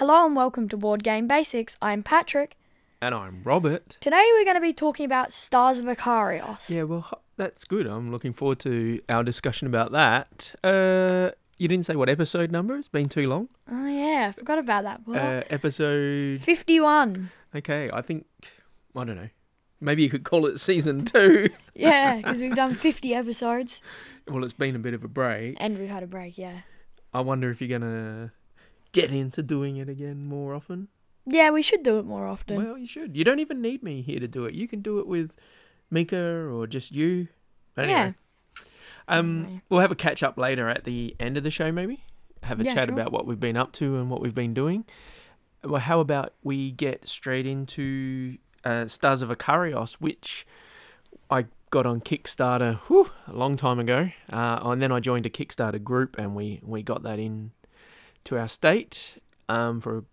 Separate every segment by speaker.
Speaker 1: welcome to Board Game Basics. I'm Patrick.
Speaker 2: And I'm Robert.
Speaker 1: Today we're going to be talking about Stars of Ikarios.
Speaker 2: Yeah, well, h- that's good. I'm looking forward to our discussion about that. Uh, you didn't say what episode number? It's been too long.
Speaker 1: Oh yeah, I forgot about that. What?
Speaker 2: Uh, episode.
Speaker 1: 51.
Speaker 2: Okay, I think. I don't know. Maybe you could call it season two.
Speaker 1: Yeah, because we've done 50 episodes
Speaker 2: well, it's been a bit of a break.
Speaker 1: and we've had a break, yeah.
Speaker 2: I wonder if you're going to get into doing it again more often.
Speaker 1: Yeah, we should do it more often.
Speaker 2: Well, you should. You don't even need me here to do it. You can do it with Mika or just you. Anyway. Um,
Speaker 1: Anyway.
Speaker 2: we'll have a catch up later at the end of the show, maybe. Have a
Speaker 1: Yeah,
Speaker 2: chat
Speaker 1: sure.
Speaker 2: about what we've been up to and what we've been doing. Well, how about we get straight into uh, Stars of Akarios, which I got on Kickstarter whew, a long time ago, uh, and then I joined a Kickstarter group, and we we got that in to our state um, for a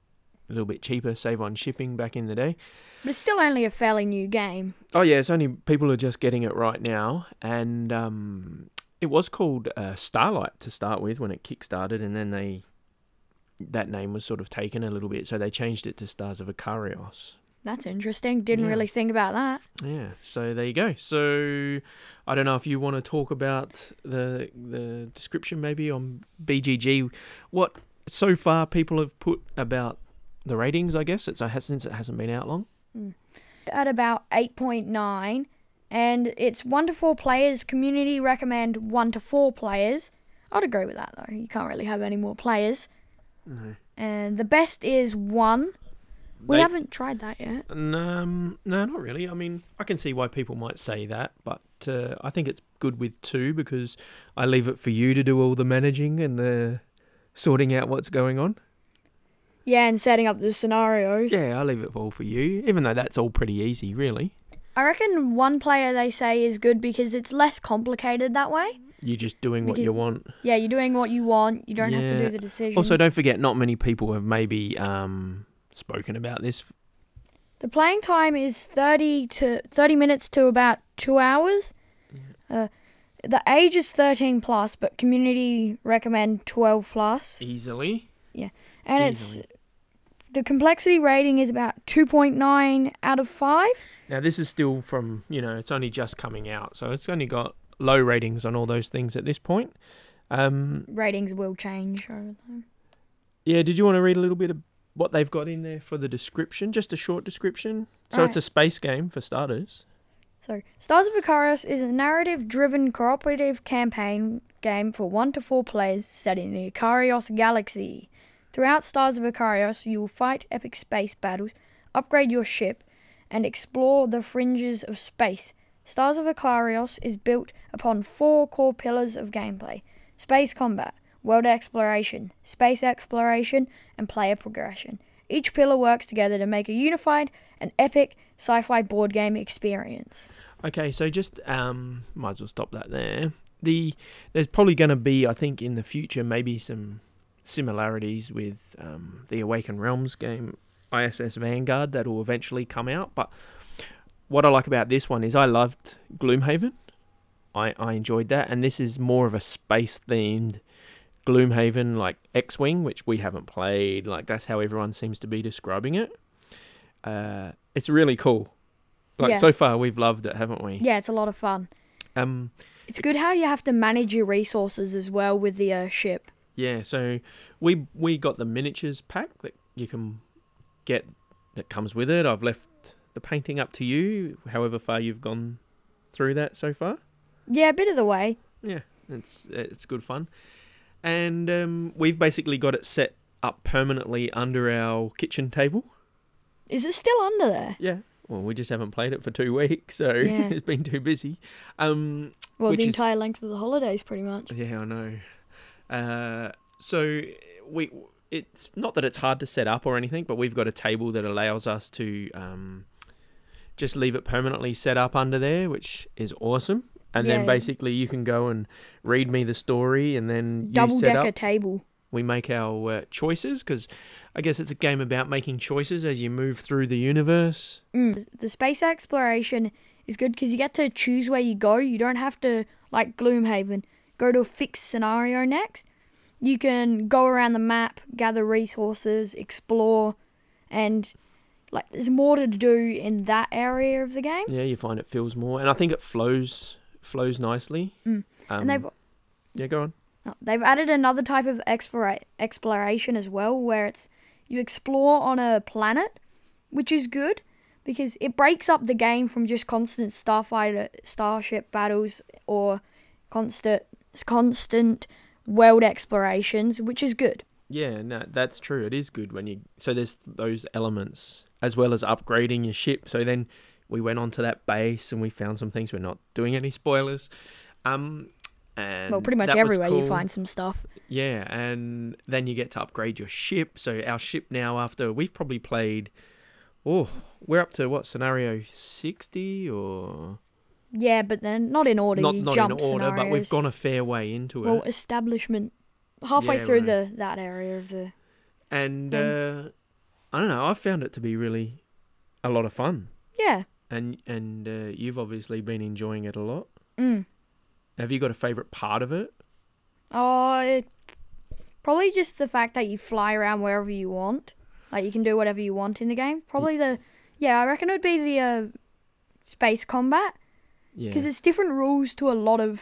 Speaker 2: little bit cheaper, save on shipping back in the day.
Speaker 1: But it's still only a fairly new game.
Speaker 2: Oh yeah, it's only people are just getting it right now, and um, it was called uh, Starlight to start with when it kickstarted, and then they that name was sort of taken a little bit, so they changed it to Stars of Ikarios.
Speaker 1: That's interesting. Didn't
Speaker 2: Yeah.
Speaker 1: really think about that.
Speaker 2: Yeah, so there you go. So I don't know if you want to talk about the the description maybe on BGG, what so far people have put about the ratings. I guess it's uh, since it hasn't been out long.
Speaker 1: At about 8.9, and it's 1 to 4 players. Community recommend 1 to 4 players. I'd agree with that though. You can't really have any more players.
Speaker 2: No.
Speaker 1: And the best is 1. We
Speaker 2: They-
Speaker 1: haven't tried that yet.
Speaker 2: And, um, no, not really. I mean, I can see why people might say that, but uh, I think it's good with two because I leave it for you to do all the managing and the sorting out what's going on.
Speaker 1: Yeah, and setting up the scenarios.
Speaker 2: Yeah, I leave it all for you, even though that's all pretty easy, really.
Speaker 1: I reckon one player they say is good because it's less complicated that way.
Speaker 2: You're just doing what
Speaker 1: Because-
Speaker 2: you want.
Speaker 1: Yeah, you're doing what you want. You don't have to
Speaker 2: Yeah.
Speaker 1: do the decisions.
Speaker 2: Also, don't forget, not many people have maybe um, spoken about this.
Speaker 1: The playing time is 30 to 30 minutes to about 2 hours. Uh, the age is 13 plus, but community recommend 12 plus.
Speaker 2: Easily.
Speaker 1: And
Speaker 2: E-, Easily.
Speaker 1: it's the complexity rating is about 2.9 out of 5.
Speaker 2: Now, this is still from, you know, it's only just coming out, so it's only got low ratings on all those things at this point. Um,
Speaker 1: Ratings will change over time.
Speaker 2: Yeah, did you want to read a little bit of what they've got in there for the description? Just a short description. So it's
Speaker 1: Alright.
Speaker 2: a space game for starters.
Speaker 1: So, Stars of Ikarios is a narrative driven cooperative campaign game for 1 to 4 players set in the Ikarios galaxy. Throughout Stars of Ikarios, you will fight epic space battles, upgrade your ship, and explore the fringes of space. Stars of Ikarios is built upon four core pillars of gameplay space combat, world exploration, space exploration, and player progression. Each pillar works together to make a unified and epic sci fi board game experience.
Speaker 2: Okay, so just um, might as well stop that there. The there's probably going to be, I think, in the future, maybe some similarities with um, the Awaken Realms game, ISS Vanguard, that will eventually come out. But what I like about this one is I loved Gloomhaven. I, I enjoyed that, and this is more of a space themed Gloomhaven, like X Wing, which we haven't played. Like that's how everyone seems to be describing it. Uh, it's really cool. Like
Speaker 1: Yeah.
Speaker 2: so far, we've loved it, haven't we?
Speaker 1: Yeah, it's a lot of fun.
Speaker 2: Um,
Speaker 1: It's good how you have to manage your resources as well with the uh, ship.
Speaker 2: yeah. So we we got the miniatures pack that you can get that comes with it. I've left the painting up to you, however far you've gone through that so far.
Speaker 1: Yeah, a bit of the way.
Speaker 2: Yeah, it's it's good fun, and um, we've basically got it set up permanently under our kitchen table.
Speaker 1: Is it still under there?
Speaker 2: Yeah. Well, we just haven't played it for two weeks, so
Speaker 1: Yeah.
Speaker 2: it's been too busy. Um,
Speaker 1: Well,
Speaker 2: Which
Speaker 1: the
Speaker 2: is-
Speaker 1: entire length of the holidays, pretty much.
Speaker 2: Yeah, I know. Uh, so we it's not that it's hard to set up or anything, but we've got a table that allows us to um, just leave it permanently set up under there, which is awesome. And
Speaker 1: Yeah.
Speaker 2: then basically you can go and read me the story, and then you
Speaker 1: Double
Speaker 2: set
Speaker 1: decker
Speaker 2: up.
Speaker 1: table.
Speaker 2: We make our uh, choices because I guess it's a game about making choices as you move through the universe.
Speaker 1: Mm. The space exploration is good because you get to choose where you go. You don't have to, like Gloomhaven, go to a fixed scenario next. You can go around the map, gather resources, explore, and like there's more to do in that area of the game.
Speaker 2: Yeah, you find it feels more, and I think it flows flows nicely.
Speaker 1: Mm.
Speaker 2: Um,
Speaker 1: and they've
Speaker 2: yeah, go on.
Speaker 1: Oh, They've added another type of explora- exploration as well, where it's you explore on a planet, which is good because it breaks up the game from just constant starfighter starship battles or constant constant world explorations, which is good.
Speaker 2: Yeah, no, that's true. It is good when you so there's those elements as well as upgrading your ship. So then we went onto that base and we found some things. We're not doing any spoilers. Um, and
Speaker 1: well, pretty much
Speaker 2: that was
Speaker 1: everywhere you
Speaker 2: cool.
Speaker 1: find some stuff.
Speaker 2: Yeah, and then you get to upgrade your ship. So our ship now, after we've probably played, oh, we're up to what scenario sixty or
Speaker 1: Yeah, but then not in order.
Speaker 2: not
Speaker 1: you
Speaker 2: not in
Speaker 1: jump
Speaker 2: order,
Speaker 1: scenarios.
Speaker 2: but we've gone a fair way into it.
Speaker 1: well establishment halfway
Speaker 2: Yeah,
Speaker 1: through
Speaker 2: right.
Speaker 1: the that area of the
Speaker 2: and
Speaker 1: Yeah.
Speaker 2: uh, I don't know. I found it to be really a lot of fun,
Speaker 1: yeah.
Speaker 2: and and uh, you've obviously been enjoying it a lot.
Speaker 1: Mm.
Speaker 2: Have you got a favorite part of it?
Speaker 1: Oh, it, probably just the fact that you fly around wherever you want. Like you can do whatever you want in the game. Probably the yeah, I reckon it would be the uh, space combat
Speaker 2: Yeah,
Speaker 1: because it's different rules to a lot of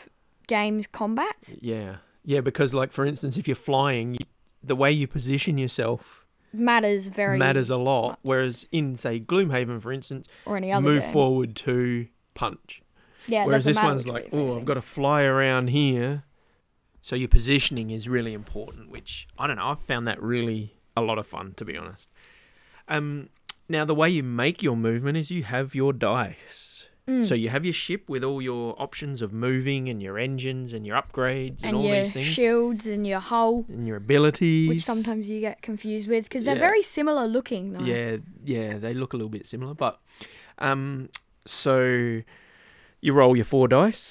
Speaker 1: games combats.
Speaker 2: yeah, yeah. Because like for instance, if you're flying, you, the way you position yourself
Speaker 1: Matters very
Speaker 2: matters a lot.
Speaker 1: much.
Speaker 2: Whereas in say Gloomhaven, for instance,
Speaker 1: or any other
Speaker 2: move
Speaker 1: game.
Speaker 2: forward to punch.
Speaker 1: Yeah,
Speaker 2: Whereas
Speaker 1: doesn't
Speaker 2: this
Speaker 1: matter
Speaker 2: one's
Speaker 1: which way
Speaker 2: like,
Speaker 1: you're
Speaker 2: oh, I've
Speaker 1: facing.
Speaker 2: got to fly around here. So your positioning is really important, which I don't know. I've found that really a lot of fun, to be honest. Um, now the way you make your movement is you have your dice.
Speaker 1: Mm.
Speaker 2: So you have your ship with all your options of moving and your engines and your upgrades and,
Speaker 1: and
Speaker 2: all
Speaker 1: your
Speaker 2: these things
Speaker 1: shields and your hull,
Speaker 2: and your abilities.
Speaker 1: which sometimes you get confused with because they're
Speaker 2: Yeah.
Speaker 1: very similar looking. Though.
Speaker 2: Yeah, yeah, they look a little bit similar, but um, so you roll your four dice.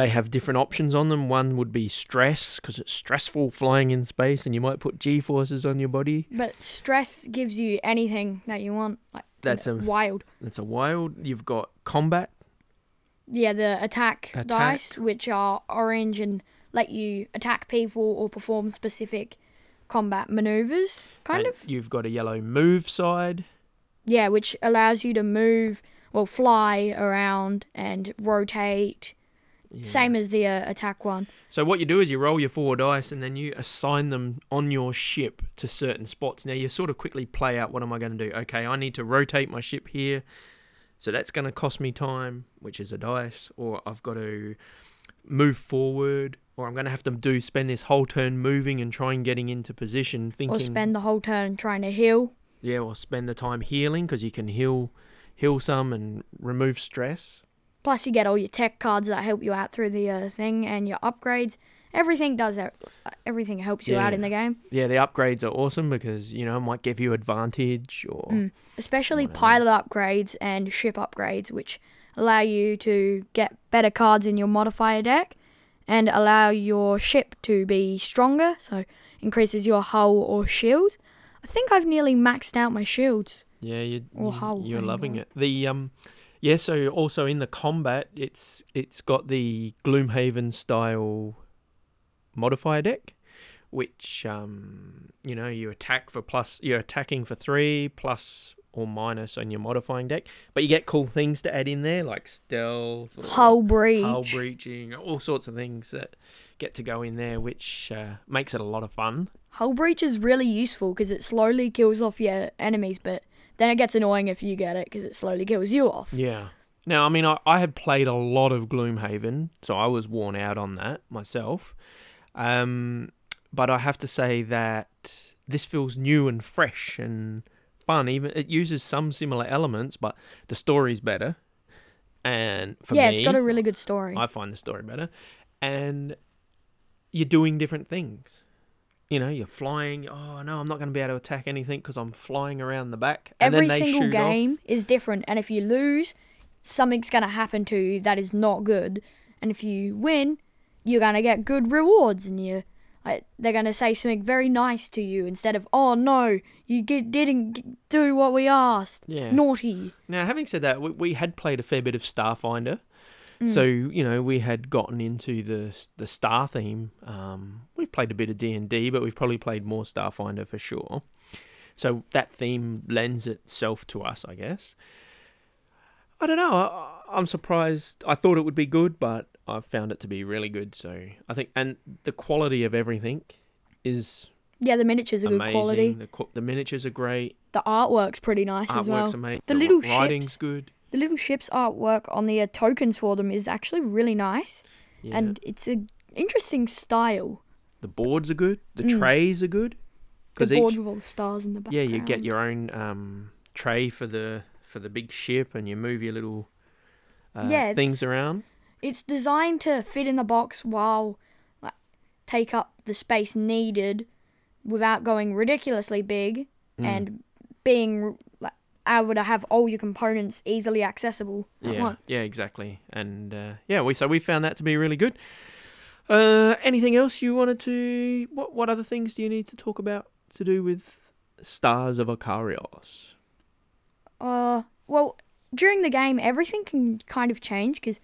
Speaker 2: They have different options on them. One would be stress because it's stressful flying in space, and you might put G forces on your body.
Speaker 1: But stress gives you anything that you want. Like it's
Speaker 2: That's a-
Speaker 1: wild.
Speaker 2: That's a wild. You've got combat.
Speaker 1: Yeah, the attack,
Speaker 2: Attack.
Speaker 1: dice, which are orange and let you attack people or perform specific combat maneuvers, kind
Speaker 2: and
Speaker 1: of.
Speaker 2: You've got a yellow move side.
Speaker 1: Yeah, which allows you to move, well, fly around and rotate.
Speaker 2: Yeah.
Speaker 1: Same as the uh, attack one.
Speaker 2: So what you do is you roll your four dice, and then you assign them on your ship to certain spots. Now you sort of quickly play out what am I going to do? Okay, I need to rotate my ship here, so that's going to cost me time, which is a dice, or I've got to move forward, or I'm going to have to do spend this whole turn moving and trying getting into position, thinking
Speaker 1: Or spend the whole turn trying to heal.
Speaker 2: yeah, or spend the time healing because you can heal heal some and remove stress.
Speaker 1: Plus, you get all your tech cards that help you out through the uh, thing and your upgrades. Everything does that. Everything helps you out in
Speaker 2: Yeah.
Speaker 1: the game.
Speaker 2: Yeah, the upgrades are awesome because you know it might give you advantage or.
Speaker 1: especially
Speaker 2: Whatever.
Speaker 1: pilot upgrades and ship upgrades, which allow you to get better cards in your modifier deck and allow your ship to be stronger, so increases your hull or shield. I think I've nearly maxed out my shields.
Speaker 2: Yeah, you,
Speaker 1: Or
Speaker 2: you-
Speaker 1: how
Speaker 2: you're
Speaker 1: I
Speaker 2: loving
Speaker 1: know.
Speaker 2: it. The um, yeah. So also in the combat, it's it's got the Gloomhaven style modifier deck, which um, you know, you attack for plus, you're attacking for three plus or minus on your modifying deck, but you get cool things to add in there like stealth, or
Speaker 1: Hull breach.
Speaker 2: hull breaching, all sorts of things that get to go in there, which uh, makes it a lot of fun.
Speaker 1: Hull breach is really useful because it slowly kills off your enemies, but then it gets annoying if you get it because it slowly kills you off.
Speaker 2: Yeah. Now, I mean, I, I had played a lot of Gloomhaven, so I was worn out on that myself. Um, but I have to say that this feels new and fresh and fun. Even it uses some similar elements, but the story's better. And for
Speaker 1: yeah,
Speaker 2: me,
Speaker 1: it's got a really good story.
Speaker 2: I find the story better. And you're doing different things. You know, you're flying. Oh no, I'm not going to be able to attack anything because I'm flying around the back. And
Speaker 1: Every
Speaker 2: then they
Speaker 1: single
Speaker 2: shoot off.
Speaker 1: game is different, and if you lose, something's gonna happen to you that is not good, and if you win, you're gonna get good rewards, and you like they're gonna say something very nice to you instead of "Oh no, you g didn't g- do what we asked,
Speaker 2: Yeah.
Speaker 1: naughty."
Speaker 2: Now, having said that, we, we had played a fair bit of Starfinder,
Speaker 1: Mm.
Speaker 2: so you know we had gotten into the the star theme. Um, we've played a bit of D and D, but we've probably played more Starfinder for sure. So that theme lends itself to us, I guess. I don't know. I, I'm surprised. I thought it would be good, but I found it to be really good. So I think, and the quality of everything is
Speaker 1: Yeah, the miniatures are
Speaker 2: amazing.
Speaker 1: good quality.
Speaker 2: The co- the miniatures are great.
Speaker 1: The artwork's pretty nice as
Speaker 2: Artwork's
Speaker 1: well.
Speaker 2: amazing.
Speaker 1: The little
Speaker 2: writing's
Speaker 1: ships-
Speaker 2: good.
Speaker 1: The little ship's artwork on the uh, tokens for them is actually really nice,
Speaker 2: Yeah.
Speaker 1: and it's an interesting style.
Speaker 2: the boards are good. The
Speaker 1: Mm.
Speaker 2: trays are good.
Speaker 1: The
Speaker 2: 'Cause
Speaker 1: board
Speaker 2: each-
Speaker 1: with all the stars in the
Speaker 2: yeah,
Speaker 1: background.
Speaker 2: you get your own um, tray for the for the big ship, and you move your little uh,
Speaker 1: Yeah, it's-
Speaker 2: things around.
Speaker 1: It's designed to fit in the box while like take up the space needed without going ridiculously big
Speaker 2: Mm.
Speaker 1: and being like able to have all your components easily accessible at
Speaker 2: yeah,
Speaker 1: once.
Speaker 2: yeah, exactly. And uh, yeah, we so we found that to be really good. Uh, anything else you wanted to? What what other things do you need to talk about to do with Stars of Akarios?
Speaker 1: Uh, well, during the game, everything can kind of change because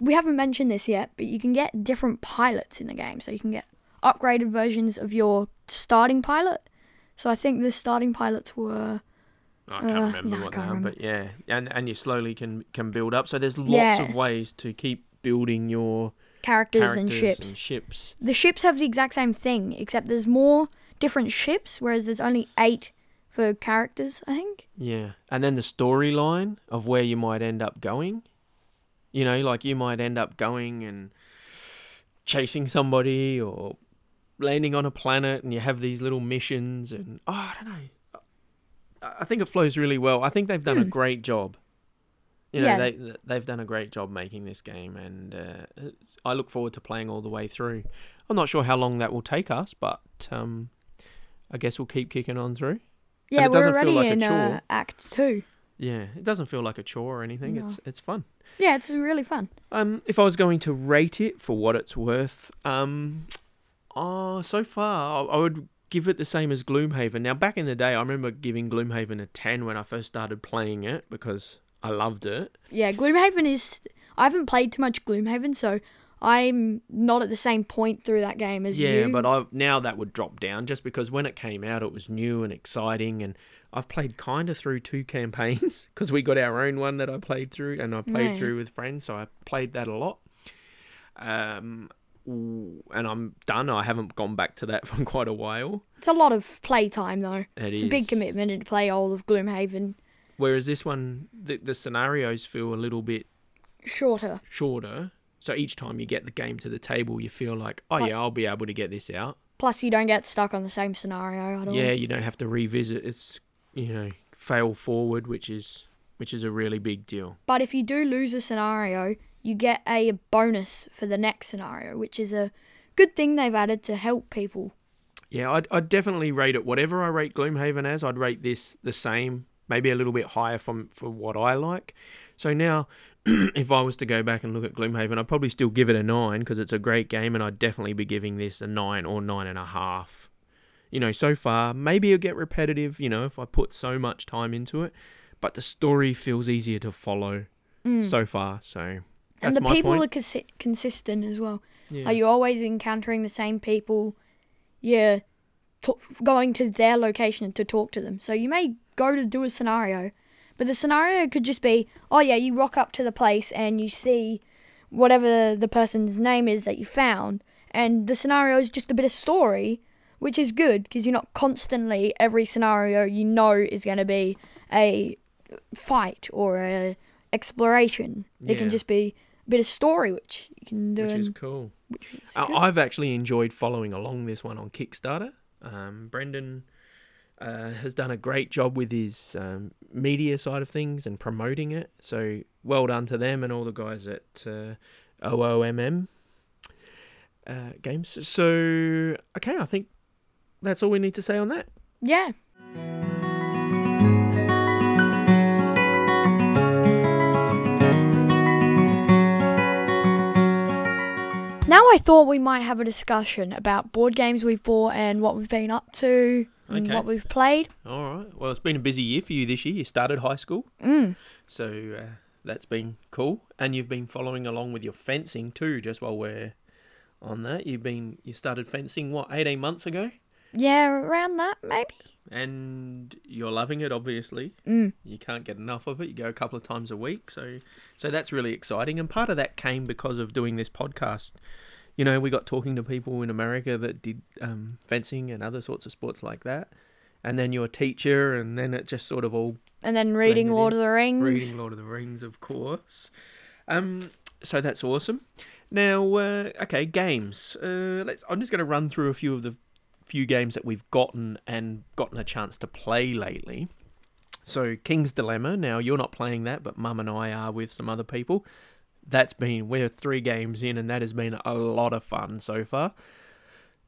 Speaker 1: we haven't mentioned this yet, but you can get different pilots in the game. So you can get upgraded versions of your starting pilot. So I think the starting pilots were
Speaker 2: I can't
Speaker 1: Uh,
Speaker 2: remember
Speaker 1: yeah, I
Speaker 2: what
Speaker 1: can't
Speaker 2: they are,
Speaker 1: remember.
Speaker 2: but yeah, and and you slowly can can build up. So there's lots
Speaker 1: Yeah.
Speaker 2: of ways to keep building your
Speaker 1: characters,
Speaker 2: characters
Speaker 1: and ships.
Speaker 2: And ships.
Speaker 1: the ships have the exact same thing, except there's more different ships, whereas there's only eight for characters, I think.
Speaker 2: Yeah, and then the storyline of where you might end up going. You know, like you might end up going and chasing somebody or landing on a planet, and you have these little missions. And oh, I don't know. I I think it flows really well. I think they've done a great job. You know,
Speaker 1: Hmm. Yeah.
Speaker 2: they they've done a great job making this game, and uh, it's- I look forward to playing all the way through. I'm not sure how long that will take us, but um, I guess we'll keep kicking on through.
Speaker 1: Yeah,
Speaker 2: it
Speaker 1: we're
Speaker 2: doesn't feel
Speaker 1: already
Speaker 2: like a
Speaker 1: in uh,
Speaker 2: chore.
Speaker 1: Act 2.
Speaker 2: Yeah, it doesn't feel like a chore or anything. It's it's fun.
Speaker 1: Yeah, it's really fun.
Speaker 2: Um, if I was going to rate it for what it's worth, um, oh, so far I I would give it the same as Gloomhaven. Now, back in the day, I remember giving Gloomhaven a ten when I first started playing it because I loved it.
Speaker 1: Yeah, Gloomhaven is. I haven't played too much Gloomhaven, so I'm not at the same point through that game as you.
Speaker 2: yeah, but I now that would drop down just because when it came out, it was new and exciting, and I've played kind of through two campaigns because we got our own one that I played through, and I played
Speaker 1: Right.
Speaker 2: through with friends, so I played that a lot. Um, ooh, and I'm done. I haven't gone back to that for quite a while.
Speaker 1: it's a lot of playtime though.
Speaker 2: It
Speaker 1: it's a big
Speaker 2: is.
Speaker 1: commitment to play all of Gloomhaven
Speaker 2: Whereas this one, the, the scenarios feel a little bit
Speaker 1: shorter.
Speaker 2: shorter. So each time you get the game to the table, you feel like, oh
Speaker 1: Like-
Speaker 2: yeah, I'll be able to get this out.
Speaker 1: Plus, you don't get stuck on the same scenario at all.
Speaker 2: Yeah, you don't have to revisit. It's you know fail forward, which is which is a really big deal.
Speaker 1: But if you do lose a scenario, you get a bonus for the next scenario, which is a good thing they've added to help people.
Speaker 2: Yeah, I'd, I'd definitely rate it. Whatever I rate Gloomhaven as, I'd rate this the same, maybe a little bit higher from for what I like. So now, if I was to go back and look at Gloomhaven, I'd probably still give it a nine because it's a great game, and I'd definitely be giving this a nine or nine and a half. You know, so far, maybe it'll get repetitive. You know, if I put so much time into it, but the story feels easier to follow so far. So
Speaker 1: Mm. and
Speaker 2: that's
Speaker 1: the
Speaker 2: my
Speaker 1: people
Speaker 2: point.
Speaker 1: are consi- consistent as well.
Speaker 2: Yeah.
Speaker 1: Are you always encountering the same people? You're ta- going to their location to talk to them. So you may go to do a scenario, but the scenario could just be, oh yeah, you rock up to the place and you see whatever the person's name is that you found, and the scenario is just a bit of story, which is good because you're not constantly every scenario you know is going to be a fight or a exploration. It
Speaker 2: Yeah.
Speaker 1: can just be a bit of story, which you can do.
Speaker 2: which is
Speaker 1: and-
Speaker 2: cool.
Speaker 1: Um, which is
Speaker 2: I-
Speaker 1: good.
Speaker 2: I've actually enjoyed following along this one on Kickstarter. Um, Brendan uh, has done a great job with his um, media side of things and promoting it. So well done to them and all the guys at uh, OOMM uh, Games. So okay, I think that's all we need to say on that.
Speaker 1: Yeah. Now I thought we might have a discussion about board games we've bought and what we've been up to and
Speaker 2: Okay.
Speaker 1: what we've played.
Speaker 2: All right. Well, it's been a busy year for you this year. You started high school,
Speaker 1: Mm.
Speaker 2: so uh, that's been cool, and you've been following along with your fencing too. Just while we're on that, you've been you started fencing what eighteen months ago.
Speaker 1: Yeah, around that maybe.
Speaker 2: and you're loving it obviously
Speaker 1: Mm.
Speaker 2: you can't get enough of it you go a couple of times a week so so that's really exciting and part of that came because of doing this podcast you know we got talking to people in america that did um, fencing and other sorts of sports like that and then you're a teacher and then it just sort of all
Speaker 1: And then reading
Speaker 2: it
Speaker 1: Lord
Speaker 2: in.
Speaker 1: of the Rings.
Speaker 2: reading lord of the rings of course um so that's awesome now uh, okay games uh let's i'm just going to run through a few of the few games that we've gotten and gotten a chance to play lately so king's dilemma now you're not playing that but mum and i are with some other people that's been we're three games in and that has been a lot of fun so far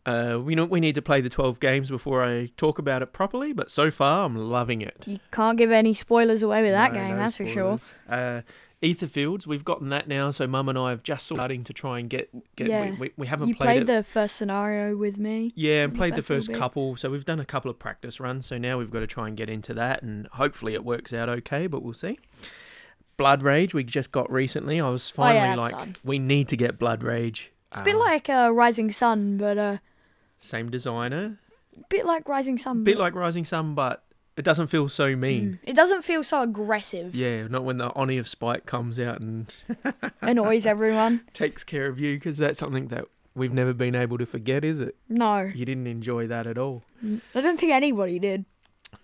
Speaker 2: uh, we know we need to play the 12 games before I talk about it properly, but so far I'm loving it
Speaker 1: You can't give any spoilers away with that
Speaker 2: no,
Speaker 1: game,
Speaker 2: no
Speaker 1: that's for sure.
Speaker 2: spoilers. Uh, Ether Fields, we've gotten that now, so Mum and I have just starting to try and get. get
Speaker 1: Yeah.
Speaker 2: we, we, we haven't
Speaker 1: You
Speaker 2: played,
Speaker 1: played
Speaker 2: it.
Speaker 1: the first scenario with me.
Speaker 2: yeah, and
Speaker 1: the
Speaker 2: played the
Speaker 1: first little
Speaker 2: first
Speaker 1: bit.
Speaker 2: couple, so we've done a couple of practice runs, so now we've got to try and get into that, and hopefully it works out okay, but we'll see. Blood Rage, we just got recently. I was
Speaker 1: Oh, yeah,
Speaker 2: finally
Speaker 1: that's
Speaker 2: like,
Speaker 1: fun.
Speaker 2: we need to get Blood Rage.
Speaker 1: It's a bit
Speaker 2: Um,
Speaker 1: like uh, Rising Sun, but uh,
Speaker 2: Same designer.
Speaker 1: bit like Rising Sun.
Speaker 2: bit
Speaker 1: but-
Speaker 2: like Rising Sun, but it doesn't feel so mean.
Speaker 1: Mm. It doesn't feel so aggressive.
Speaker 2: Yeah, not when the Oni of Spike comes out and
Speaker 1: Annoys everyone.
Speaker 2: takes care of you because that's something that we've never been able to forget, is it?
Speaker 1: No,
Speaker 2: You didn't enjoy that at all.
Speaker 1: I don't think anybody did.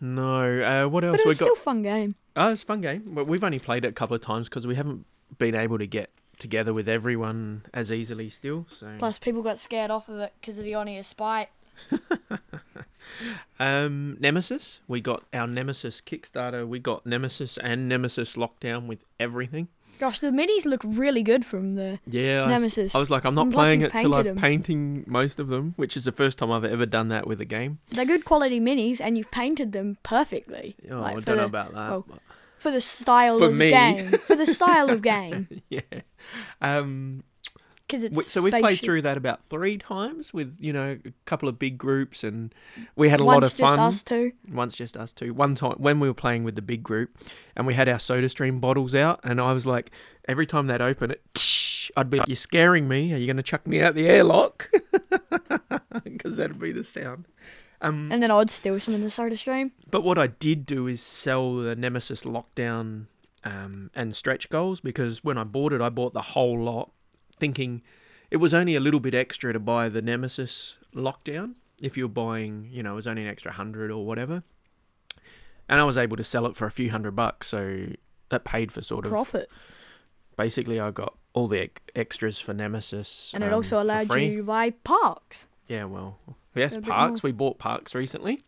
Speaker 2: No. Uh, what else
Speaker 1: But it
Speaker 2: we
Speaker 1: was
Speaker 2: got?
Speaker 1: still a fun game.
Speaker 2: Oh, it's a fun game, but we've only played it a couple of times because we haven't been able to get together with everyone as easily still. So.
Speaker 1: Plus, people got scared off of it because of the Onia spite.
Speaker 2: Um, Nemesis. We got our Nemesis Kickstarter. We got Nemesis and Nemesis Lockdown with everything.
Speaker 1: Gosh, the minis look really good from the
Speaker 2: Yeah. I-
Speaker 1: Nemesis.
Speaker 2: I was like, I'm not
Speaker 1: And plus
Speaker 2: playing
Speaker 1: you've
Speaker 2: it till I've
Speaker 1: painted 'em.
Speaker 2: painting most of them, which is the first time I've ever done that with a game.
Speaker 1: They're good quality minis, and you've painted them perfectly.
Speaker 2: Oh,
Speaker 1: Like,
Speaker 2: I
Speaker 1: for
Speaker 2: don't know
Speaker 1: the-
Speaker 2: about that.
Speaker 1: well, for the style
Speaker 2: For
Speaker 1: of
Speaker 2: me.
Speaker 1: game. For the style of game,
Speaker 2: yeah. Um,
Speaker 1: because it's
Speaker 2: We, so we've played
Speaker 1: spaceship.
Speaker 2: through that about three times with you know a couple of big groups, and we had a lot
Speaker 1: Once
Speaker 2: of
Speaker 1: just
Speaker 2: fun.
Speaker 1: us two.
Speaker 2: Once just us two. One time when we were playing with the big group, and we had our Soda Stream bottles out, and I was like, every time they'd open it, I'd be like, "You're scaring me. Are you going to chuck me out the airlock?" Because that'd be the sound. Um,
Speaker 1: And then I'd steal some in the soda stream.
Speaker 2: but what I did do is sell the Nemesis Lockdown um, and stretch goals because when I bought it, I bought the whole lot, thinking it was only a little bit extra to buy the Nemesis Lockdown. If you're buying, you know, it was only an extra hundred or whatever, and I was able to sell it for a few hundred bucks, so that paid for sort of.
Speaker 1: Profit.
Speaker 2: Basically, I got all the ec- extras for Nemesis,
Speaker 1: And it
Speaker 2: um,
Speaker 1: also
Speaker 2: for
Speaker 1: allowed
Speaker 2: free.
Speaker 1: you to buy parks.
Speaker 2: Yeah, well, yes,
Speaker 1: A bit
Speaker 2: parks. We bought parks recently,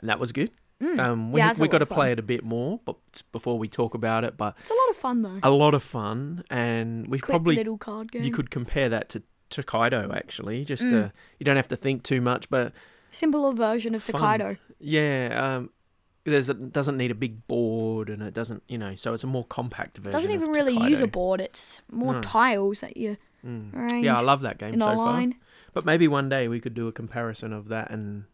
Speaker 2: and that was good.
Speaker 1: Mm.
Speaker 2: Um, we
Speaker 1: Yeah, that's a
Speaker 2: we
Speaker 1: lot
Speaker 2: got to
Speaker 1: of fun.
Speaker 2: play it a bit more, but before we talk about it, but
Speaker 1: It's a lot of fun though.
Speaker 2: a lot of fun, and we
Speaker 1: Hmm. Quick
Speaker 2: probably
Speaker 1: little card game.
Speaker 2: you could compare that to Takedo actually. Just
Speaker 1: Mm.
Speaker 2: uh, you don't have to think too much, but
Speaker 1: simpler version of
Speaker 2: Fun.
Speaker 1: Takedo.
Speaker 2: yeah, um, there's it doesn't need a big board, and it doesn't you know, so it's a more compact version.
Speaker 1: Doesn't
Speaker 2: of
Speaker 1: even really use a
Speaker 2: Takedo.
Speaker 1: board. It's more
Speaker 2: No.
Speaker 1: tiles that you
Speaker 2: Mm.
Speaker 1: arrange
Speaker 2: Yeah, I love that game
Speaker 1: in
Speaker 2: so
Speaker 1: a
Speaker 2: far.
Speaker 1: line.
Speaker 2: But maybe one day we could do a comparison of that and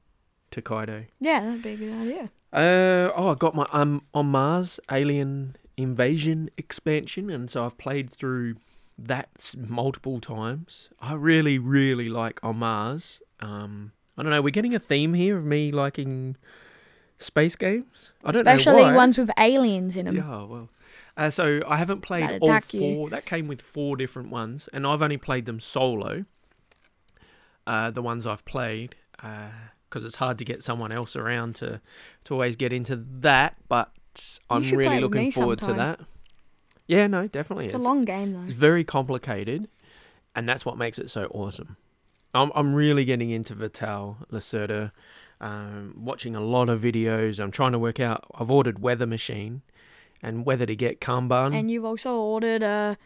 Speaker 2: Takedo.
Speaker 1: Yeah, that'd be a good idea.
Speaker 2: Uh oh, I got my um on Mars Alien Invasion expansion, and so I've played through that s- multiple times. I really, really like on Mars. Um, I don't know. We're getting a theme here of me liking space games. I don't
Speaker 1: Especially
Speaker 2: know why.
Speaker 1: ones with aliens in them.
Speaker 2: Yeah, well. Uh, so I haven't played
Speaker 1: That'd
Speaker 2: all
Speaker 1: attack you.
Speaker 2: four. That came with four different ones, and I've only played them solo. Uh, the ones I've played, because it's hard to get someone else around to to always get into that. But I'm
Speaker 1: should play it
Speaker 2: really
Speaker 1: with
Speaker 2: looking
Speaker 1: me
Speaker 2: forward to
Speaker 1: sometime.
Speaker 2: that. Yeah, no, definitely.
Speaker 1: It's
Speaker 2: It's,
Speaker 1: a long game
Speaker 2: it's
Speaker 1: though.
Speaker 2: very complicated, and that's what makes it so awesome. I'm I'm really getting into Vital Lacerda. Um, watching a lot of videos. I'm trying to work out. I've ordered Weather Machine, and whether to get Kanban.
Speaker 1: And you've also ordered uh,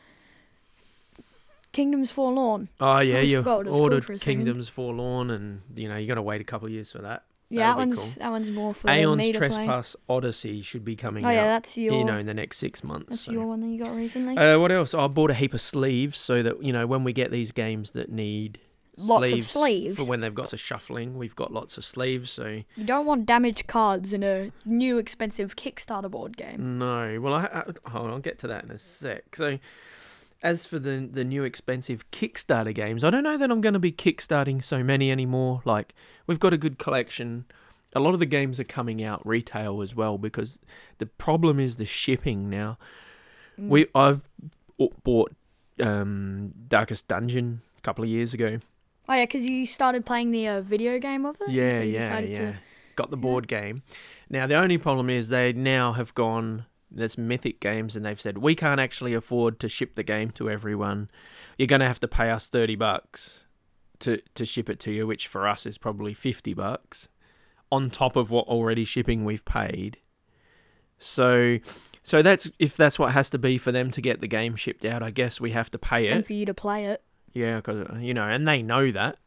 Speaker 1: Kingdoms Forlorn.
Speaker 2: oh yeah,
Speaker 1: almost
Speaker 2: you
Speaker 1: forgot what it was called for a
Speaker 2: ordered
Speaker 1: second.
Speaker 2: Kingdoms Forlorn, and you know you got to wait a couple of years for that.
Speaker 1: Yeah, that
Speaker 2: That'll be
Speaker 1: one's that one's more for me
Speaker 2: Aeon's
Speaker 1: to
Speaker 2: Trespass Odyssey should be coming
Speaker 1: play. Oh yeah,
Speaker 2: out.
Speaker 1: that's your
Speaker 2: you know, in the next six months.
Speaker 1: that's
Speaker 2: so.
Speaker 1: your one that you got recently.
Speaker 2: Uh, what else? I bought a heap of sleeves so that you know when we get these games that need
Speaker 1: Lots of
Speaker 2: sleeves,
Speaker 1: sleeves.
Speaker 2: for when they've got to shuffling. We've got lots of sleeves, so
Speaker 1: you don't want damaged cards in a new
Speaker 2: Mm.
Speaker 1: expensive Kickstarter board game.
Speaker 2: no. Well, I, I hold on, I'll get to that in a sec. So, As for the the new expensive Kickstarter games, I don't know that I'm going to be kickstarting so many anymore. Like we've got a good collection. A lot of the games are coming out retail as well because the problem is the shipping now.
Speaker 1: Mm.
Speaker 2: We I've o- bought um, Darkest Dungeon a couple of years ago.
Speaker 1: Oh yeah, because you started playing the uh, video game of it.
Speaker 2: Yeah,
Speaker 1: so you
Speaker 2: yeah,
Speaker 1: decided
Speaker 2: yeah.
Speaker 1: To...
Speaker 2: Got the
Speaker 1: yeah.
Speaker 2: board game. Now the only problem is they now have gone there's mythic games and they've said we can't actually afford to ship the game to everyone. You're going to have to pay us 30 bucks to to ship it to you, which for us is probably 50 bucks on top of what already shipping we've paid. So so that's if that's what has to be for them to get the game shipped out, I guess we have to pay it.
Speaker 1: And for you to play it.
Speaker 2: Yeah, because you know, and they know that.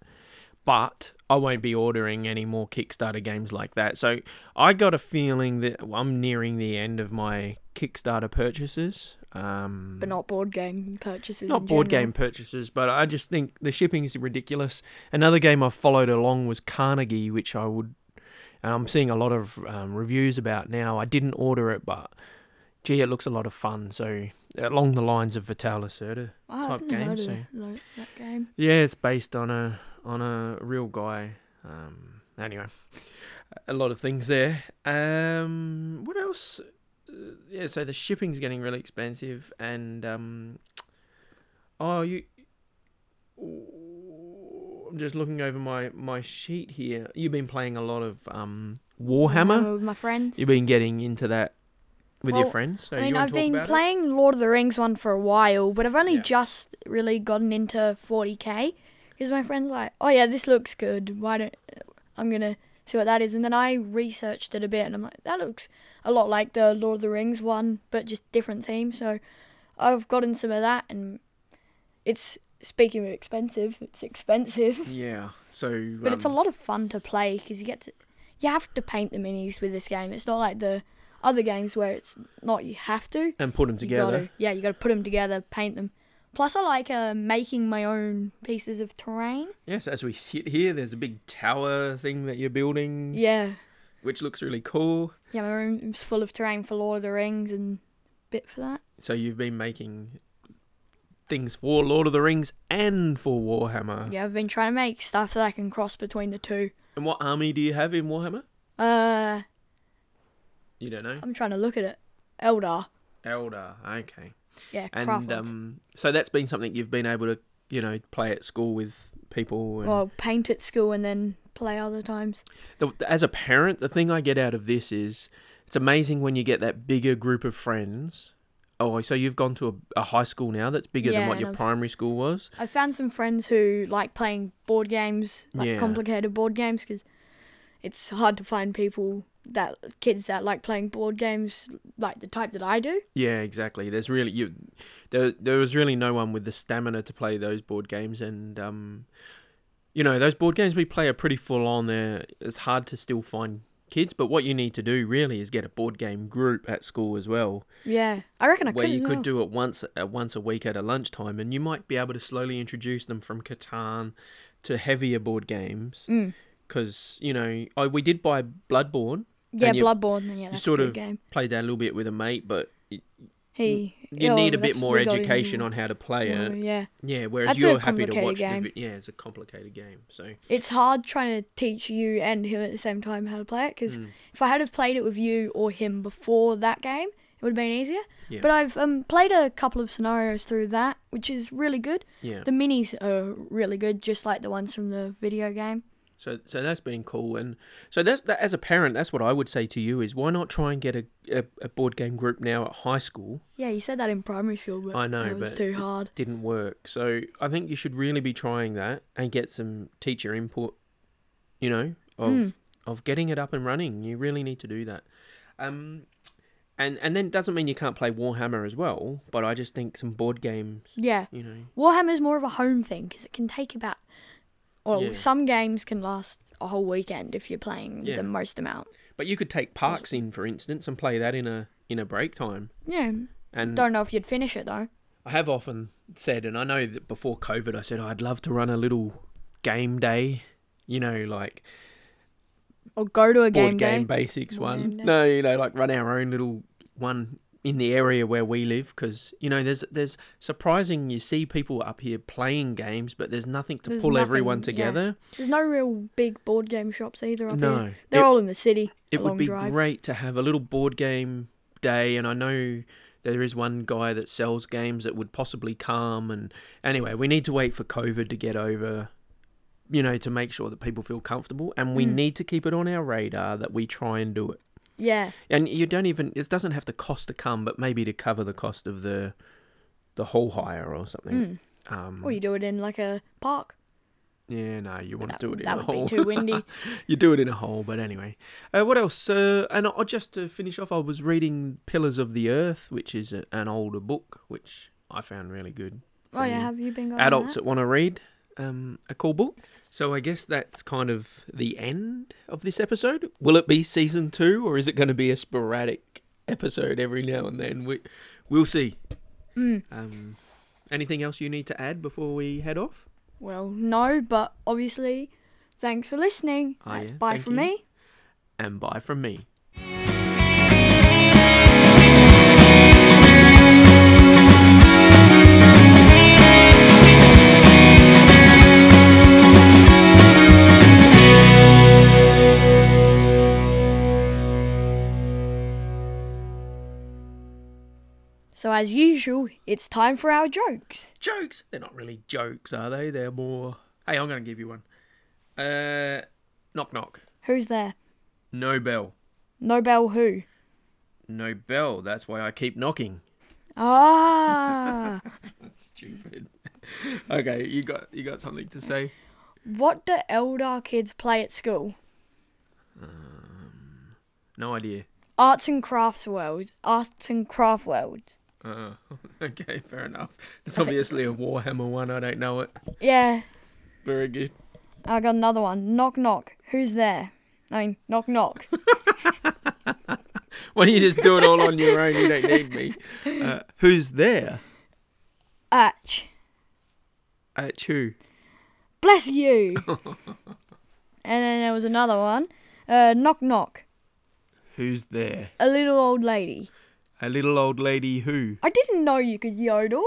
Speaker 2: But I won't be ordering any more Kickstarter games like that. So I got a feeling that I'm nearing the end of my Kickstarter purchases. Um,
Speaker 1: but not board game purchases.
Speaker 2: not
Speaker 1: in
Speaker 2: board
Speaker 1: general.
Speaker 2: game purchases, but I just think the shipping's ridiculous. Another game I followed along was Carnegie, which I would, and I'm seeing a lot of um, reviews about now. I didn't order it, but gee, it looks a lot of fun. So along the lines of Vitala Serta.
Speaker 1: Oh, I
Speaker 2: type
Speaker 1: haven't
Speaker 2: game,
Speaker 1: heard of
Speaker 2: so-
Speaker 1: tho- that game.
Speaker 2: Yeah, it's based on a on a real guy. Um, anyway, a lot of things there. Um, what else? Uh, yeah, so the shipping's getting really expensive, and um, oh, you. I'm just looking over my my sheet here. You've been playing a lot of um, Warhammer.
Speaker 1: Uh, with my friends.
Speaker 2: You've been getting into that with your
Speaker 1: Well,
Speaker 2: friends. So
Speaker 1: I
Speaker 2: you
Speaker 1: mean,
Speaker 2: want
Speaker 1: I've
Speaker 2: to talk
Speaker 1: been
Speaker 2: about it?
Speaker 1: playing Lord of the Rings one for a while, but I've only
Speaker 2: Yeah.
Speaker 1: just really gotten into 40k because my friend's like, "Oh yeah, this looks good. Why don't I'm gonna see what that is?" And then I researched it a bit, and I'm like, "That looks a lot like the Lord of the Rings one, but just different theme." So I've gotten some of that, and it's speaking of expensive, it's expensive.
Speaker 2: Yeah. So.
Speaker 1: But it's a
Speaker 2: um,
Speaker 1: lot of fun to play because you get to, you have to paint the minis with this game. It's not like the other games where it's not you have to.
Speaker 2: And put them
Speaker 1: You gotta-
Speaker 2: together.
Speaker 1: yeah, you got to put them together, paint them. Plus, I like uh, making my own pieces of terrain.
Speaker 2: Yes, as we sit here, there's a big tower thing that you're building,
Speaker 1: Yeah,
Speaker 2: which looks really cool.
Speaker 1: yeah, my room's full of terrain for Lord of the Rings and a bit for that.
Speaker 2: So you've been making things for Lord of the Rings and for Warhammer.
Speaker 1: Yeah, I've been trying to make stuff that I can cross between the two.
Speaker 2: And what army do you have in Warhammer?
Speaker 1: Uh,
Speaker 2: You don't know.
Speaker 1: I'm trying to look at it. Eldar.
Speaker 2: Elder. Okay.
Speaker 1: Yeah,
Speaker 2: And
Speaker 1: craft ones.
Speaker 2: um, so that's been something you've been able to, you know, play at school with people. And
Speaker 1: well, paint at school and then play other times.
Speaker 2: the, the- as a parent, the thing I get out of this is it's amazing when you get that bigger group of friends. Oh, so you've gone to a, a high school now that's bigger
Speaker 1: Yeah,
Speaker 2: than what
Speaker 1: and
Speaker 2: your
Speaker 1: I've-
Speaker 2: primary school was.
Speaker 1: I found some friends who like playing board games, like
Speaker 2: Yeah.
Speaker 1: complicated board games, because it's hard to find people that kids that like playing board games like the type that I do.
Speaker 2: Yeah, exactly. There's really you there there was really no one with the stamina to play those board games and um you know, those board games we play are pretty full on there. It's hard to still find kids, but what you need to do really is get a board game group at school as well
Speaker 1: Yeah, I reckon I
Speaker 2: where
Speaker 1: could.
Speaker 2: you
Speaker 1: as
Speaker 2: could
Speaker 1: well.
Speaker 2: do it once uh, once a week at a lunchtime and you might be able to slowly introduce them from Catan to heavier board games
Speaker 1: Mm.
Speaker 2: cuz you know, I we did buy Bloodborne.
Speaker 1: Yeah,
Speaker 2: and you-
Speaker 1: Bloodborne. then, Yeah,
Speaker 2: you
Speaker 1: that's
Speaker 2: sort
Speaker 1: a good
Speaker 2: of
Speaker 1: game.
Speaker 2: played that a little bit with a mate, but it,
Speaker 1: He.
Speaker 2: you
Speaker 1: oh,
Speaker 2: need a bit
Speaker 1: that's-
Speaker 2: more
Speaker 1: we got him-
Speaker 2: education on how to play
Speaker 1: well,
Speaker 2: it.
Speaker 1: Yeah,
Speaker 2: Yeah, whereas
Speaker 1: That's a
Speaker 2: you're happy to
Speaker 1: complicated
Speaker 2: watch
Speaker 1: game.
Speaker 2: the vi- yeah, it's a complicated game. So
Speaker 1: it's hard trying to teach you and him at the same time how to play it.
Speaker 2: Hmm.
Speaker 1: Because if I had have played it with you or him before that game, it would have been easier.
Speaker 2: Yeah.
Speaker 1: But I've um, played a couple of scenarios through that, which is really good.
Speaker 2: yeah,
Speaker 1: The minis are really good, just like the ones from the video game.
Speaker 2: so so that's been cool, and so that's that, as a parent, that's what I would say to you is why not try and get a, a, a board game group now at high school?
Speaker 1: Yeah, you said that in primary school, but
Speaker 2: I know,
Speaker 1: it was
Speaker 2: but
Speaker 1: too hard.
Speaker 2: Didn't work, so I think you should really be trying that and get some teacher input. You know of
Speaker 1: Hmm.
Speaker 2: of getting it up and running. You really need to do that. Um, and and then it doesn't mean you can't play Warhammer as well, but I just think some board games,
Speaker 1: Yeah,
Speaker 2: you know,
Speaker 1: Warhammer is more of a home thing because it can take about. Well,
Speaker 2: Yeah.
Speaker 1: some games can last a whole weekend if you're playing
Speaker 2: Yeah.
Speaker 1: the most amount.
Speaker 2: But you could take Parks in, for instance, and play that in a in a break time.
Speaker 1: Yeah,
Speaker 2: And
Speaker 1: don't know if you'd finish it though.
Speaker 2: I have often said, and I know that before COVID, I said "Oh, I'd love to run a little game day. You know, like
Speaker 1: Or go to a game,
Speaker 2: board game
Speaker 1: day.
Speaker 2: basics
Speaker 1: Board
Speaker 2: one.
Speaker 1: game day.
Speaker 2: No, you know, like run our own little one in the area where we live because you know there's there's surprising you see people up here playing games but there's nothing to
Speaker 1: There's
Speaker 2: pull everyone
Speaker 1: nothing, yeah.
Speaker 2: together
Speaker 1: There's no real big board game shops either up
Speaker 2: no
Speaker 1: here. They're
Speaker 2: it,
Speaker 1: all in the city.
Speaker 2: it would
Speaker 1: along
Speaker 2: be
Speaker 1: drive.
Speaker 2: great to have a little board game day and i know there is one guy that sells games that would possibly come and anyway we need to wait for covid to get over you know to make sure that people feel comfortable and we
Speaker 1: Mm.
Speaker 2: need to keep it on our radar that we try and do it
Speaker 1: Yeah.
Speaker 2: and you don't even it doesn't have to cost to come but maybe to cover the cost of the the hall hire or something
Speaker 1: Mm.
Speaker 2: um
Speaker 1: Or you do it in like a park.
Speaker 2: yeah no you want
Speaker 1: That-
Speaker 2: to do it in
Speaker 1: that
Speaker 2: a
Speaker 1: would be
Speaker 2: hole
Speaker 1: too windy.
Speaker 2: you do it in a hole but anyway uh, what else uh, and I, just to finish off i was reading pillars of the earth which is a, an older book which i found really good
Speaker 1: Oh yeah,
Speaker 2: for
Speaker 1: have you been going? on
Speaker 2: adults
Speaker 1: that?
Speaker 2: that want to read um, a cool book so i guess that's kind of the end of this episode will it be season two or is it going to be a sporadic episode every now and then we, we'll see
Speaker 1: Mm.
Speaker 2: um, anything else you need to add before we head off
Speaker 1: Well, no, but obviously, thanks for listening.
Speaker 2: Oh,
Speaker 1: That's
Speaker 2: yeah,
Speaker 1: bye
Speaker 2: thank
Speaker 1: from
Speaker 2: you.
Speaker 1: me.
Speaker 2: and bye from me
Speaker 1: So as usual, it's time for our jokes.
Speaker 2: jokes. They're not really jokes, are they? They're more. Hey, I'm going to give you one. Uh, knock knock.
Speaker 1: Who's there?
Speaker 2: No bell.
Speaker 1: Nobel who?
Speaker 2: No bell. That's why I keep knocking.
Speaker 1: Ah.
Speaker 2: Stupid. okay, you got you got something to say?
Speaker 1: what do Eldar kids play at school?
Speaker 2: No idea.
Speaker 1: Arts and crafts world. Arts and craft world.
Speaker 2: Uh, okay, fair enough. It's obviously a Warhammer one. I don't know it.
Speaker 1: Yeah.
Speaker 2: Very good.
Speaker 1: I got another one. Knock knock. Who's there? I mean, knock knock.
Speaker 2: Why don't you just do it all on your own? You don't need me. Uh, who's there?
Speaker 1: Atch.
Speaker 2: At who?
Speaker 1: Bless you. and then there was another one. Uh, knock knock.
Speaker 2: Who's there?
Speaker 1: A little old lady.
Speaker 2: A little old lady who?
Speaker 1: I didn't know you could yodel.